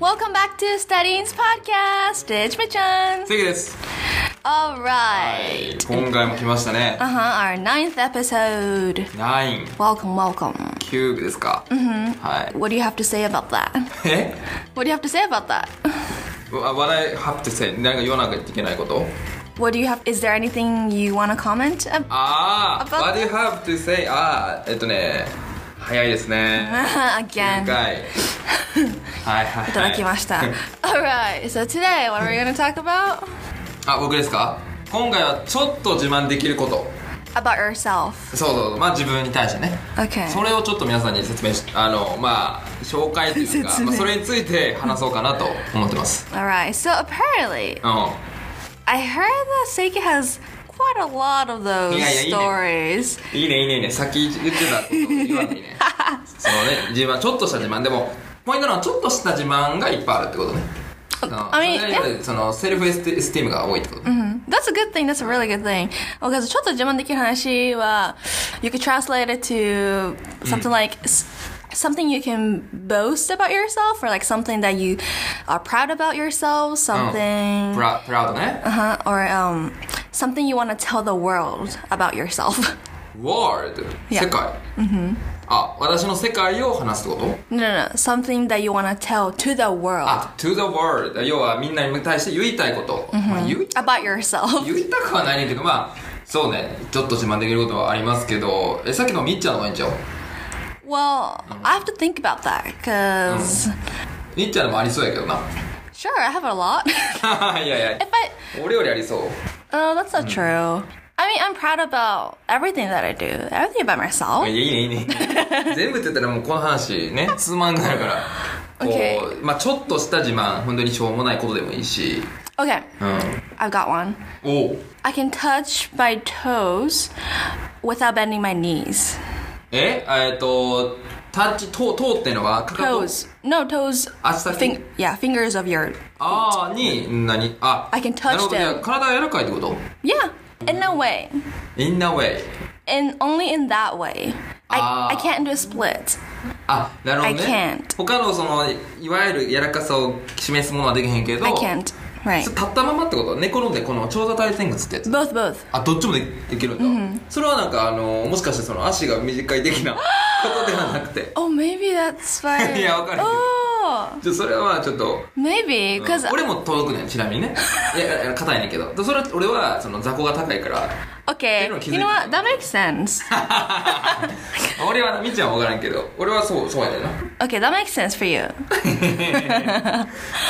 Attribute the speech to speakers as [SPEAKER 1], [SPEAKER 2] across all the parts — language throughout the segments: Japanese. [SPEAKER 1] Welcome back to Studying's podcast. It's Richan.
[SPEAKER 2] 関です。
[SPEAKER 1] All right.
[SPEAKER 2] 今回も来ましたね。
[SPEAKER 1] Uh huh. Our ninth episode.
[SPEAKER 2] ナイン
[SPEAKER 1] Welcome, welcome.
[SPEAKER 2] キューブですか。はい。
[SPEAKER 1] What do you have to say about that?
[SPEAKER 2] え
[SPEAKER 1] What do you have to say about that?
[SPEAKER 2] わ ?What I have to say 何か言わなきゃいけないこと
[SPEAKER 1] What do you have? Is there anything you want to comment? ab-
[SPEAKER 2] ああ
[SPEAKER 1] About
[SPEAKER 2] What do you have to say? ああ、えっとね、早いですね。
[SPEAKER 1] Again.
[SPEAKER 2] 深い。 はいはい、はい。
[SPEAKER 1] いただきました。Alright, so today what are we gonna talk about?
[SPEAKER 2] あ、僕ですか今回はちょっと自慢できること。
[SPEAKER 1] About yourself.
[SPEAKER 2] そうそうそう。まあ自分に対してね。
[SPEAKER 1] Okay.
[SPEAKER 2] それをちょっと皆さんに説明し、あの、まあ、紹介というか、
[SPEAKER 1] 説明
[SPEAKER 2] まあ、それについて話そうかなと思ってます。
[SPEAKER 1] Alright, so apparently
[SPEAKER 2] うん。
[SPEAKER 1] I heard that Seiki has quite a lot of those
[SPEAKER 2] Yeah, yeah, yeah.
[SPEAKER 1] stories.
[SPEAKER 2] いいねいいねいいね先言ってたこと言わな いねそのね自慢ちょっとした自慢でもポイントなのはちょっとした自慢がいっぱいあるってことねその
[SPEAKER 1] I mean,
[SPEAKER 2] それよりそのセルフエステスティームが多いってこと、
[SPEAKER 1] That's a good thing, that's a really good thing. Because ちょっと自慢できる話は you could translate it to something like s- something you can boast about yourself or like something that you are proud about yourself,
[SPEAKER 2] プ
[SPEAKER 1] something
[SPEAKER 2] ラプラウドね
[SPEAKER 1] uh-huh, or um something you want to tell the world about yourself.
[SPEAKER 2] World
[SPEAKER 1] いや
[SPEAKER 2] 世界、あ私の世界を話すってこと
[SPEAKER 1] No, no, no. Something that you want to tell to the world
[SPEAKER 2] あ to the world 要はみんなに対して言いたいこと、まあ、言い
[SPEAKER 1] about yourself.
[SPEAKER 2] 言いたくはないねんけどまあそうねちょっと自慢できることはありますけどえさっきのみっちゃんの方がいいんちゃう
[SPEAKER 1] Well, I have to think about that because
[SPEAKER 2] みっちゃんのもありそうやけどな
[SPEAKER 1] sure, I have a lot. if
[SPEAKER 2] いやいや
[SPEAKER 1] I,
[SPEAKER 2] 俺よりありそう
[SPEAKER 1] oh, that's
[SPEAKER 2] Mm.
[SPEAKER 1] not true. I mean, I'm proud about everything that I do, everything about myself.
[SPEAKER 2] いやいいねいいね全部って言ったらもうこの話 ねつまんないからこう、
[SPEAKER 1] Okay
[SPEAKER 2] まあちょっとした自慢本当にしょうもないことでもいいし
[SPEAKER 1] Okay,
[SPEAKER 2] うん
[SPEAKER 1] I've got one.
[SPEAKER 2] おう
[SPEAKER 1] I can touch my toes without bending my knees.
[SPEAKER 2] ええっとタッチと通っていうのはかかと
[SPEAKER 1] Toes. No, toes.
[SPEAKER 2] Ah, it's like-
[SPEAKER 1] Fing- yeah, fingers of your.
[SPEAKER 2] ああに何あ
[SPEAKER 1] I can touch
[SPEAKER 2] なるほど
[SPEAKER 1] them
[SPEAKER 2] いや体が柔らかいってこと
[SPEAKER 1] Yeah, in no way.
[SPEAKER 2] In a way
[SPEAKER 1] And only in that way. I,
[SPEAKER 2] Ah.
[SPEAKER 1] I can't do a split.
[SPEAKER 2] あなるほどね
[SPEAKER 1] I can't
[SPEAKER 2] 他のそのいわゆる柔らかさを示すものはできへんけど
[SPEAKER 1] I can't. Right.
[SPEAKER 2] 立ったままってこと寝転んでこの長座体前屈ってやつ
[SPEAKER 1] Both, both.
[SPEAKER 2] あどっちもでできるんだ、それはなんかあのもしかしてその足が短い的 なことではなくて
[SPEAKER 1] Oh, maybe that's why.
[SPEAKER 2] Yeah, what kind of-
[SPEAKER 1] Oh,
[SPEAKER 2] ちょそれはちょっと
[SPEAKER 1] maybe because
[SPEAKER 2] 俺も遠くねんちなみにねいやいや硬いねんけどでそれ俺はその雑魚が高いから
[SPEAKER 1] okay,
[SPEAKER 2] Everyone
[SPEAKER 1] you know
[SPEAKER 2] keeps-
[SPEAKER 1] what? That makes sense.
[SPEAKER 2] 俺はみっちゃんは分からんけど俺はそうそうやねんな
[SPEAKER 1] okay, that makes sense for you.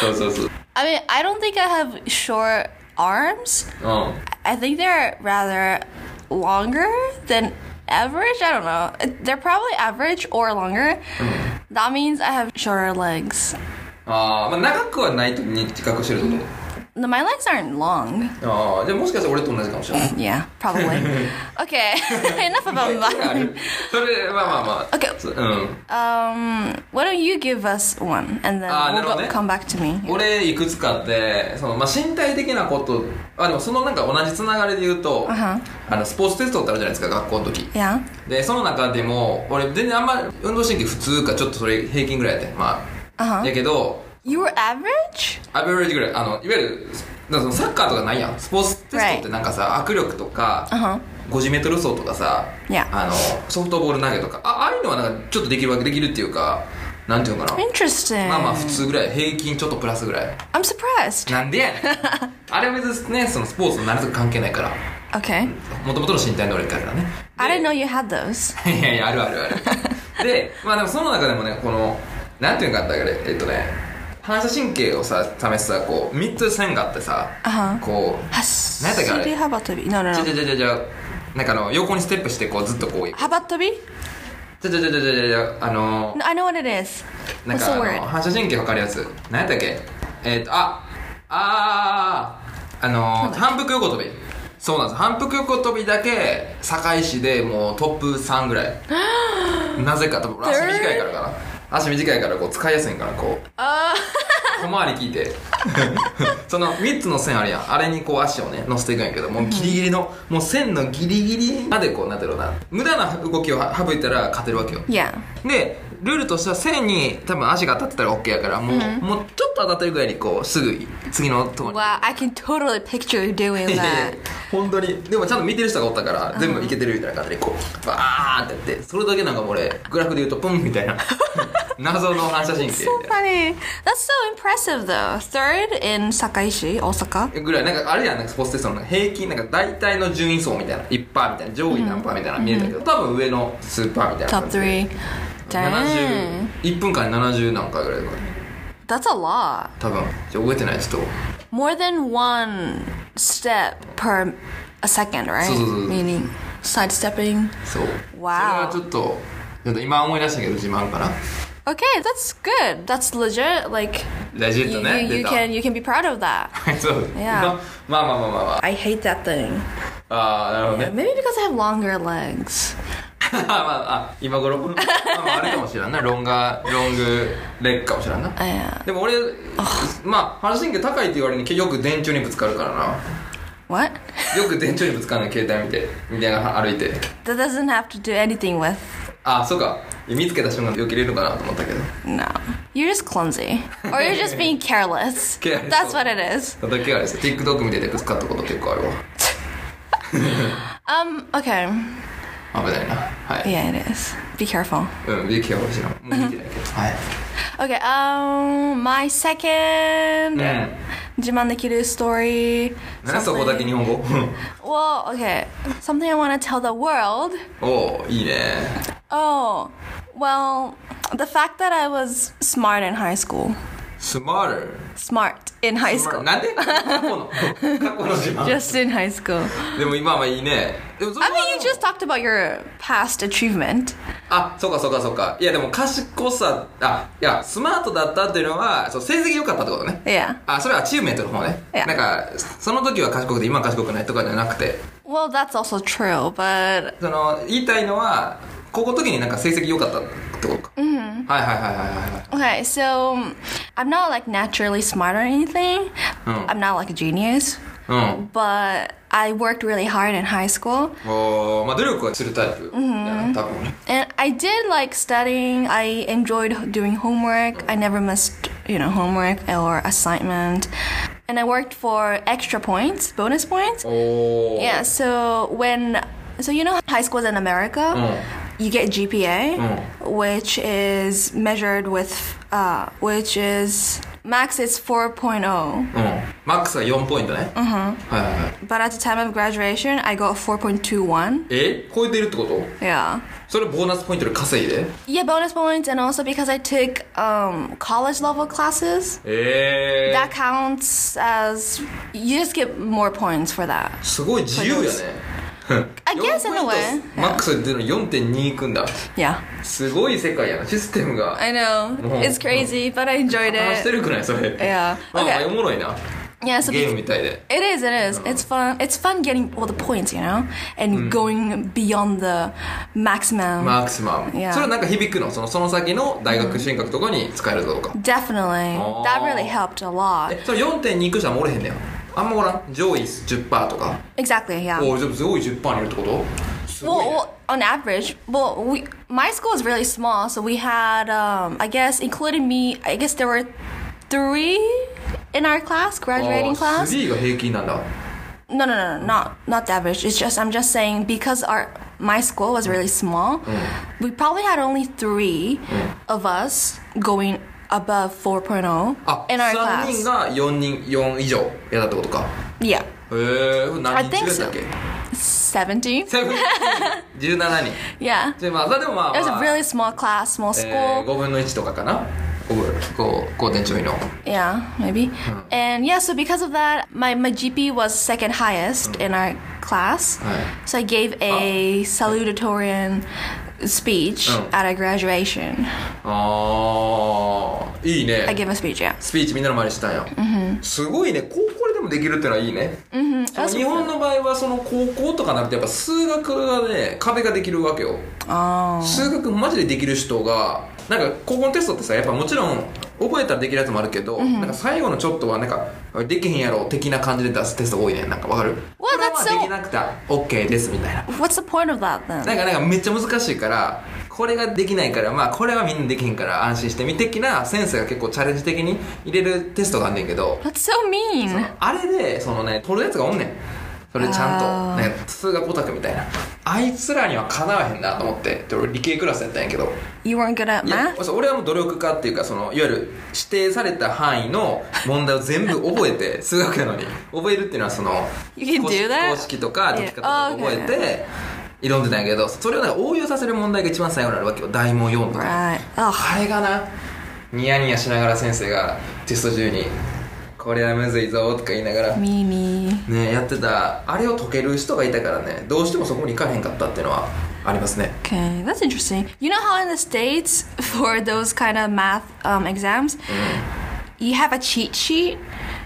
[SPEAKER 2] そうそうそう
[SPEAKER 1] I mean, I don't think I have short arms.
[SPEAKER 2] うん
[SPEAKER 1] I think they're rather longer than average. I don't know. They're probably average or longer. That means I have shorter legs.
[SPEAKER 2] あー、まあ長くはないとに自覚してるってこ
[SPEAKER 1] No, my legs aren't long.
[SPEAKER 2] とああじゃあもしかしたら俺と同じかもしれない
[SPEAKER 1] Yeah, probably. okay, enough about
[SPEAKER 2] いやある
[SPEAKER 1] that.
[SPEAKER 2] それまあまあまあ
[SPEAKER 1] Okay.
[SPEAKER 2] そうん、
[SPEAKER 1] Um, why don't you give us Uh, one and then we'll
[SPEAKER 2] Ah,
[SPEAKER 1] go,
[SPEAKER 2] なるほどね。
[SPEAKER 1] come back to me.
[SPEAKER 2] 俺いくつかあってその、まあ、身体的なことあでもそのなんか同じつながりで言うと、
[SPEAKER 1] は
[SPEAKER 2] あのスポーツテストってあるじゃないですか学校の時
[SPEAKER 1] Yeah.
[SPEAKER 2] でその中でも俺全然あんま運動神経普通かちょっとそれ平均ぐらいやってまあ、
[SPEAKER 1] Uh-huh.
[SPEAKER 2] やけど
[SPEAKER 1] You were average?
[SPEAKER 2] アベレージぐらいあのいわゆるなんかそのサッカーとかないやんスポーツテストって
[SPEAKER 1] Right.
[SPEAKER 2] なんかさ握力とか、
[SPEAKER 1] Uh-huh.
[SPEAKER 2] 50m 走とかさ、
[SPEAKER 1] Yeah.
[SPEAKER 2] あのソフトボール投げとかあああいうのはなんかちょっとできるわけできるっていうかなんていうのかな
[SPEAKER 1] Interesting.
[SPEAKER 2] まあまあ普通ぐらい平均ちょっとプラスぐらい
[SPEAKER 1] I'm surprised.
[SPEAKER 2] なんでやね んあれは別にねそのスポーツの何とか関係ないから
[SPEAKER 1] Okay.
[SPEAKER 2] もともとの身体能力からね
[SPEAKER 1] I didn't know you had those.
[SPEAKER 2] いやいやあるある あるでまあでもその中でもねこのなんていうんかあったかねえっとね反射神経をさ試すさこう3つ線があってさ、
[SPEAKER 1] あはん
[SPEAKER 2] こう
[SPEAKER 1] Hasubi
[SPEAKER 2] 何やったっけあれ？
[SPEAKER 1] habatobi. No, no,
[SPEAKER 2] じゃじ
[SPEAKER 1] no.
[SPEAKER 2] ゃじゃじゃじゃなんかあの横にステップしてこうずっとこう
[SPEAKER 1] Habatobi?
[SPEAKER 2] じゃじゃじゃじゃじゃじゃじゃあの
[SPEAKER 1] No, I know what it is.
[SPEAKER 2] なん
[SPEAKER 1] What's the
[SPEAKER 2] かあの
[SPEAKER 1] word?
[SPEAKER 2] 反射神経わかるやつ何やったっけえっとああーあの反復横跳びそうなんです反復横跳びだけ堺市でもうトップ3ぐら いなぜか多分足短いからかな足短いからこう使いやすいんかなこう
[SPEAKER 1] Uh,
[SPEAKER 2] 小回り効いて その3つの線あるやんあれにこう足をね乗せていくんやけどもうギリギリのもう線のギリギリまでこうなんていうのかな無駄な動きを省いたら勝てるわけよ
[SPEAKER 1] yeah.
[SPEAKER 2] でルールとしては線に多分足が当たってたら OK やからもう,、もうちょっと当たってるぐらいにこうすぐ次のとこに
[SPEAKER 1] Wow, I can totally picture you doing that.
[SPEAKER 2] いやいや 本当にでもちゃんと見てる人がおったから全部いけてるみたいな感じでこうバーってやってそれだけなんかもう俺グラフで言うとポンみ たいな謎の反射神経みた
[SPEAKER 1] so
[SPEAKER 2] いな
[SPEAKER 1] funny. That's so impressive, though. Third in Sakaishi, Osaka.
[SPEAKER 2] ぐらいなんかあれやんなんかスポーツテストのなんか平均なんか大体の順位層みたいな1パーみたいな上位何パーみたいなの見れたけど、多分上のスーパーみたいな
[SPEAKER 1] Top
[SPEAKER 2] 感じで
[SPEAKER 1] three. Dang.
[SPEAKER 2] 1分間に70何回ぐらいとか
[SPEAKER 1] That's a lot.
[SPEAKER 2] 多分ちょ覚えてないちょっと
[SPEAKER 1] More than one step per a second, right?
[SPEAKER 2] そうそうそうそう。
[SPEAKER 1] Meaning sidestepping.
[SPEAKER 2] そう
[SPEAKER 1] わー
[SPEAKER 2] それはちょっとちょっと今思い出したけど自慢かな
[SPEAKER 1] Okay, that's good. That's legit. Like
[SPEAKER 2] 大事
[SPEAKER 1] you,
[SPEAKER 2] だ
[SPEAKER 1] you,
[SPEAKER 2] ね
[SPEAKER 1] you
[SPEAKER 2] 出た
[SPEAKER 1] can you can be proud of that.
[SPEAKER 2] そう
[SPEAKER 1] Yeah.
[SPEAKER 2] まあまあまあまあまあ
[SPEAKER 1] I hate that thing.
[SPEAKER 2] ああなるほど ね
[SPEAKER 1] Maybe because I have longer legs.
[SPEAKER 2] まあまああ今頃まあまああれかもしれんなロンガロングレッグかもしれんな
[SPEAKER 1] Yeah.
[SPEAKER 2] でも俺まあ反射神経高いって言われるによく電柱にぶつかるからな
[SPEAKER 1] What?
[SPEAKER 2] よく電柱にぶつかるの携帯見てみたいな歩いて
[SPEAKER 1] That doesn't have to do anything with.
[SPEAKER 2] あそうか見つけた瞬間よけれるのかなと思ったけど
[SPEAKER 1] No. You're just clumsy. Or you're just being careless.
[SPEAKER 2] Careless.
[SPEAKER 1] That's what it is.
[SPEAKER 2] ただけあれです TikTok 見ててぶつかったこと結構あるわ
[SPEAKER 1] Um, okay.
[SPEAKER 2] 危ないなはい、
[SPEAKER 1] Yeah, it is. Be careful.
[SPEAKER 2] うんビーキは欲しいなもう見てないけどはい、
[SPEAKER 1] Okay, um, my second
[SPEAKER 2] ね
[SPEAKER 1] Jimandekiru story.
[SPEAKER 2] なんでそこだけ
[SPEAKER 1] something-
[SPEAKER 2] 日本語
[SPEAKER 1] Well, okay. Something I want to tell the world.
[SPEAKER 2] おおいいね
[SPEAKER 1] Oh, well, the fact that I was smart in high school.
[SPEAKER 2] スマール
[SPEAKER 1] Smart in high school.
[SPEAKER 2] なんで 過去の過去の自慢
[SPEAKER 1] Just in high school.
[SPEAKER 2] でも今はいいねでもそれ
[SPEAKER 1] I
[SPEAKER 2] は
[SPEAKER 1] mean, you just talked about your past achievement.
[SPEAKER 2] あそうかそうかそうかいやでも賢さあいやスマートだったっていうのはそう成績良かったってことね
[SPEAKER 1] Yeah.
[SPEAKER 2] あそれはアチューメントの方ね
[SPEAKER 1] いや
[SPEAKER 2] なんかその時は賢くて今は賢くないとかじゃなくて
[SPEAKER 1] Well, that's also true, but
[SPEAKER 2] その言いたいのは高校の時になんか成績良かったってことかうんはいはいはいはいは
[SPEAKER 1] okay,
[SPEAKER 2] い
[SPEAKER 1] so I'm not like naturally smart or anything.
[SPEAKER 2] Oh.
[SPEAKER 1] I'm not like a genius,
[SPEAKER 2] はいうん
[SPEAKER 1] but I worked really hard in high school
[SPEAKER 2] おーまあ努力はするタイプやな多分ね
[SPEAKER 1] and I did like studying. I enjoyed doing homework. I never missed, you know, homework or assignment. And I worked for extra points, bonus points.
[SPEAKER 2] おお
[SPEAKER 1] Yeah, so when so you know high schools in America, you get GPA, which is measured with uh, which is max is 4.0,
[SPEAKER 2] うんマックスは4ポイントねうんはいはいはい
[SPEAKER 1] but at the time of graduation, I got 4.21.
[SPEAKER 2] え超えてるってこと
[SPEAKER 1] Yeah.
[SPEAKER 2] それボーナスポイントで稼いで
[SPEAKER 1] Yeah, bonus points and also because I took um, college level classes,
[SPEAKER 2] え
[SPEAKER 1] that counts as you just get more points for that.
[SPEAKER 2] すごい自由やね
[SPEAKER 1] I guess in a
[SPEAKER 2] 4ポイ
[SPEAKER 1] way.
[SPEAKER 2] ントマックスっていうの4.2いくんだ
[SPEAKER 1] Yeah.
[SPEAKER 2] すごい世界やなシステムが
[SPEAKER 1] I know.
[SPEAKER 2] Mhm.
[SPEAKER 1] It's crazy, but I enjoyed
[SPEAKER 2] 話して
[SPEAKER 1] it.
[SPEAKER 2] るくないそれ
[SPEAKER 1] いや
[SPEAKER 2] まあまあ
[SPEAKER 1] Okay
[SPEAKER 2] おもろいな
[SPEAKER 1] Yeah, so
[SPEAKER 2] ゲー
[SPEAKER 1] be-
[SPEAKER 2] ムみたいで
[SPEAKER 1] It is. It is. It's fun. It's fun getting all the points, you know, and going beyond the maximum.
[SPEAKER 2] マークスマン
[SPEAKER 1] Yeah
[SPEAKER 2] それはなんか響くのそのその先の大学進学とかに使えるぞとか
[SPEAKER 1] Definitely.
[SPEAKER 2] Oh.
[SPEAKER 1] That really helped a lot.
[SPEAKER 2] えそれ4.2いく人はもうおれへんねやあんまおらん上位10%とか
[SPEAKER 1] Exactly. Yeah.
[SPEAKER 2] おおじゃあ上位10%にいるってことす
[SPEAKER 1] Well,
[SPEAKER 2] ごい、ね、
[SPEAKER 1] well, on average, well, we my school is really small, so we had, um, I guess, including me, I guess there were three in our class,
[SPEAKER 2] あ
[SPEAKER 1] graduating
[SPEAKER 2] ー
[SPEAKER 1] class.
[SPEAKER 2] 3が平均なんだ
[SPEAKER 1] No, no, no, no, not not the average. It's just I'm just saying because our my school was really small,
[SPEAKER 2] Mm.
[SPEAKER 1] we probably had only three of us going above 4.0
[SPEAKER 2] あ
[SPEAKER 1] in our
[SPEAKER 2] 3
[SPEAKER 1] class.
[SPEAKER 2] 人が4人4以上やったってことか
[SPEAKER 1] Yeah,
[SPEAKER 2] へえ何
[SPEAKER 1] I
[SPEAKER 2] 人
[SPEAKER 1] think
[SPEAKER 2] 中やったっけ
[SPEAKER 1] seventeen.
[SPEAKER 2] 17人
[SPEAKER 1] Yeah, it
[SPEAKER 2] でまあでもまあ、ま
[SPEAKER 1] was a
[SPEAKER 2] あ
[SPEAKER 1] really small class, small
[SPEAKER 2] えー、
[SPEAKER 1] school.
[SPEAKER 2] 5分の1とかかな5.1ちょいの
[SPEAKER 1] Yeah, maybe.
[SPEAKER 2] Hmm.
[SPEAKER 1] And yeah, so because of that, my my GP was second highest in our class.
[SPEAKER 2] Hmm. Right.
[SPEAKER 1] So I gave a salutatorian speech
[SPEAKER 2] Oh.
[SPEAKER 1] at a graduation.
[SPEAKER 2] ああいい
[SPEAKER 1] I
[SPEAKER 2] ね
[SPEAKER 1] gave a speech. Yeah.
[SPEAKER 2] スピーチみんなの前にしたんや、すごいね高校ででもできるってのはいいね、その日本の場合はその高校とかなくてやっぱ数学がね壁ができるわけよ
[SPEAKER 1] Oh.
[SPEAKER 2] 数学マジでできる人がなんか高校のテストってさやっぱもちろん覚えたらできるやつもあるけど、なんか最後のちょっとはなんかできへんやろ的な感じで出すテスト多いねなんかわかるこれはまあ
[SPEAKER 1] that's so-
[SPEAKER 2] できなくて OK ですみたいな
[SPEAKER 1] What's the point of that then?
[SPEAKER 2] なんかなんかめっちゃ難しいからこれができないからまあこれはみんなできへんから安心してみ的な先生が結構チャレンジ的に入れるテストがあんねんけど
[SPEAKER 1] That's so mean.
[SPEAKER 2] あれでそのね取るやつがおんねんそれちゃん
[SPEAKER 1] あ
[SPEAKER 2] と、
[SPEAKER 1] ー
[SPEAKER 2] ね、数学オタクみたいなあいつらにはかなわへんなと思ってで俺理系クラスやったんやけど
[SPEAKER 1] You weren't good at
[SPEAKER 2] いや
[SPEAKER 1] math?
[SPEAKER 2] そう俺はもう努力家っていうかそのいわゆる指定された範囲の問題を全部覚えて 数学やのに覚えるっていうのはその
[SPEAKER 1] You can
[SPEAKER 2] 公式
[SPEAKER 1] do that?
[SPEAKER 2] 公式とか
[SPEAKER 1] Yeah.
[SPEAKER 2] 解き方とか覚えて挑んでたんやけどそれをなんか応用させる問題が一番最後になるわけよ大問4とか
[SPEAKER 1] Right. Ugh.
[SPEAKER 2] あれがなニヤニヤしながら先生がテスト中に「これはむずいぞ」とか言いながら
[SPEAKER 1] Mimi.
[SPEAKER 2] ねやってたあれを解ける人がいたからねどうしてもそこに行かへんかったっていうのはありますね
[SPEAKER 1] Okay, that's interesting. You know how in the States, for those kind of math um, exams, you have a cheat sheet?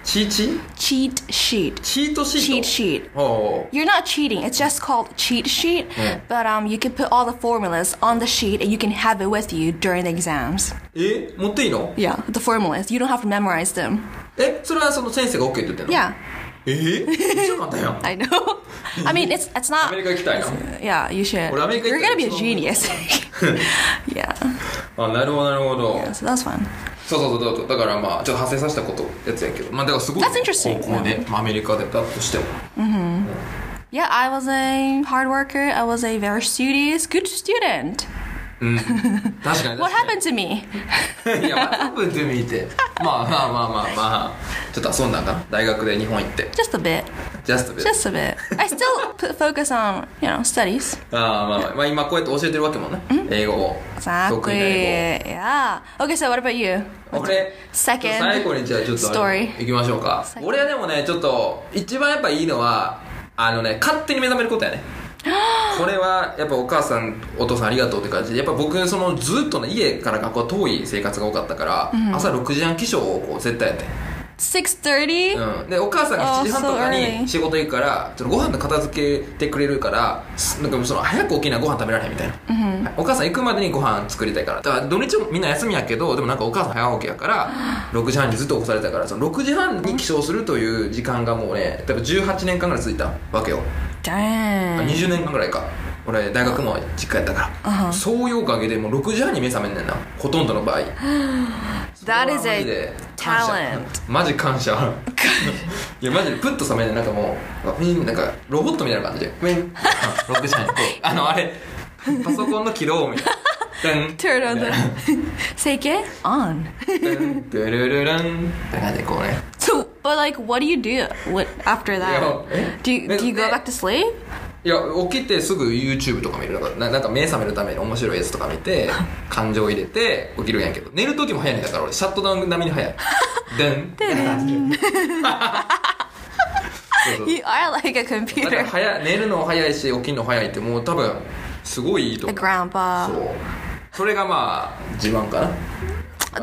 [SPEAKER 2] チーチー
[SPEAKER 1] Cheat sheet.
[SPEAKER 2] チートシ
[SPEAKER 1] Cheat
[SPEAKER 2] ート
[SPEAKER 1] sheet.
[SPEAKER 2] おうおう
[SPEAKER 1] You're not cheating, it's just called cheat sheet, but um, you can put all the formulas on the sheet and you can have it with you during the exams.
[SPEAKER 2] え持っていいの
[SPEAKER 1] Yeah, the formulas. You don't have to memorize them.
[SPEAKER 2] えそれはその先生が OK って言ってんの
[SPEAKER 1] Yeah,
[SPEAKER 2] えー、めっちゃ簡単や ん
[SPEAKER 1] I know. I mean, it's it's
[SPEAKER 2] ア
[SPEAKER 1] not.
[SPEAKER 2] メリカ行きたいな
[SPEAKER 1] Yeah, you should.
[SPEAKER 2] Well, I mean,
[SPEAKER 1] You're gonna be a
[SPEAKER 2] it's-
[SPEAKER 1] genius. yeah,
[SPEAKER 2] あなるほどなるほど
[SPEAKER 1] yeah, so that's fun.
[SPEAKER 2] そうそうそうそうだからまあちょっと派生させたことやつやけどまあだからすごい
[SPEAKER 1] That's interesting.
[SPEAKER 2] 高校で、まあ、アメリカでだとしても
[SPEAKER 1] Yeah, I was a hard worker. I was a very studious, good student.
[SPEAKER 2] 確かに確かに
[SPEAKER 1] What happened to me?
[SPEAKER 2] いや、まあ、多分で見て。まあまあまあまあまあ。ちょっと遊んだんかな。大学で日本行って。
[SPEAKER 1] Just a bit.
[SPEAKER 2] ジャストで。
[SPEAKER 1] Just a bit. I still put focus on, you know, studies.
[SPEAKER 2] ああ、まあまあ、まあ今こうやって教えてるわけもんね。英語を。得
[SPEAKER 1] Exactly.
[SPEAKER 2] 意な英
[SPEAKER 1] Yeah. Okay, so what about you?
[SPEAKER 2] 語を。俺、
[SPEAKER 1] Second
[SPEAKER 2] 最後にじゃあちょっとあれ
[SPEAKER 1] story.
[SPEAKER 2] 行きましょうか。
[SPEAKER 1] Second
[SPEAKER 2] 俺はでもね、ちょっと、一番やっぱいいのは、あのね、勝手に目覚めることや ね。これはやっぱお母さんお父さんありがとうって感じでやっぱ僕そのずっとね家から学校は遠い生活が多かったから、朝6時半起床をこう絶対やね
[SPEAKER 1] Six thirty.
[SPEAKER 2] うん、でお母さんが7時半とか
[SPEAKER 1] Oh, so early.
[SPEAKER 2] に仕事行くからそのご飯の片付けてくれるからすなんかその早く起きなご飯食べられへんみたいな、お母さん行くまでにご飯作りたいからだから土日もみんな休みやけどでもなんかお母さん早起きやから6時半にずっと起こされたからその6時半に起床するという時間がもうね多分18年間ぐらい続いたわけよ、
[SPEAKER 1] Dang.
[SPEAKER 2] 20年間ぐらいか俺大学も実家やったから、そういうおかげでもう6時半に目覚めんねんなほとんどの場合
[SPEAKER 1] That is
[SPEAKER 2] それはマジで
[SPEAKER 1] a talent.
[SPEAKER 2] 感謝マジ感謝いやマジでプッと覚めてなんかもううんなんかロボットみたいな感じでウィン6時半にこうあのあれパソコンの起動音みたいな
[SPEAKER 1] Turn on the. Take it on.
[SPEAKER 2] ドゥンドゥルルルンって感じでこうね
[SPEAKER 1] So, but like, what do you do what, after
[SPEAKER 2] Yeah.
[SPEAKER 1] that? Do you, do you go
[SPEAKER 2] Yeah.
[SPEAKER 1] back to sleep?
[SPEAKER 2] いや起きてすぐ YouTube とか見るなんかななんか目覚めるために面白いやつとか見 て感情入れて起きるんやけど寝る時も早いんだから俺シャットダウン並みに早 いでんって感じでそうそう
[SPEAKER 1] You are like a
[SPEAKER 2] だから
[SPEAKER 1] computer,
[SPEAKER 2] 早い寝るの早いし起きるの早いってもう多分すごいいいと
[SPEAKER 1] a
[SPEAKER 2] 思う
[SPEAKER 1] grandpa.
[SPEAKER 2] そうそれがまあ自慢かな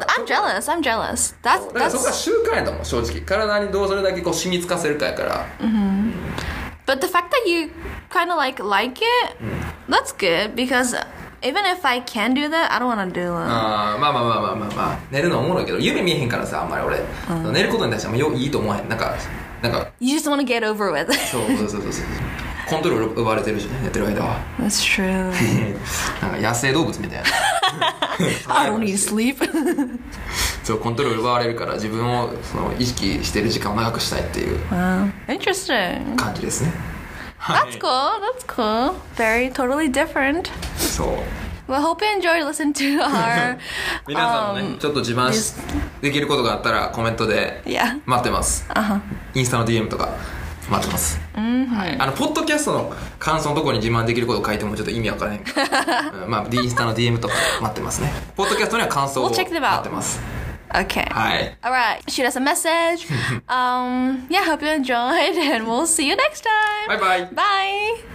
[SPEAKER 1] I'm jealous. I'm jealous. That's
[SPEAKER 2] だからそこは
[SPEAKER 1] that's.
[SPEAKER 2] 習慣やと思う正直体にどうそれだけこう染みつかせるかやから、
[SPEAKER 1] But the fact that you kind of like like it, that's good because even if I can do that, I don't want to do it.
[SPEAKER 2] あーまあまあまあまあまあ、まあ、寝るのおもろいけど夢見えへんからさあんまり俺、寝ることに対してもよいいと思わへんなんかなんか
[SPEAKER 1] You just want to get over with.
[SPEAKER 2] そうそうそうそうそうコントロール奪われてるしね寝てる間は
[SPEAKER 1] that's true.
[SPEAKER 2] なんか野生動物みたいな
[SPEAKER 1] I don't need to sleep.
[SPEAKER 2] そうコントロール奪われるから自分をその意識してる時間を長くしたいっていう
[SPEAKER 1] wow. Interesting.
[SPEAKER 2] 感じですね
[SPEAKER 1] That's cool. That's cool. Very totally different.
[SPEAKER 2] そう
[SPEAKER 1] Well, hope you enjoyed listening to our.
[SPEAKER 2] 皆さんもね、
[SPEAKER 1] um,
[SPEAKER 2] ちょっと自慢しできることがあったらコメントで
[SPEAKER 1] Yeah. uh-huh.
[SPEAKER 2] 待ってます、インスタの DM とか待ってます、
[SPEAKER 1] Mm-hmm.
[SPEAKER 2] はい、あのポッドキャストの感想のところに自慢できることを書いてもちょっと意味わからへん から、うんまあ、インスタの DM とか待ってますねポッドキャストには感想を
[SPEAKER 1] We'll
[SPEAKER 2] 待
[SPEAKER 1] check
[SPEAKER 2] っ
[SPEAKER 1] them out
[SPEAKER 2] てます
[SPEAKER 1] Okay.
[SPEAKER 2] はい
[SPEAKER 1] All right. Shoot us a message. um, yeah, hope you enjoyed, and we'll see you next time.
[SPEAKER 2] Bye-bye.
[SPEAKER 1] Bye.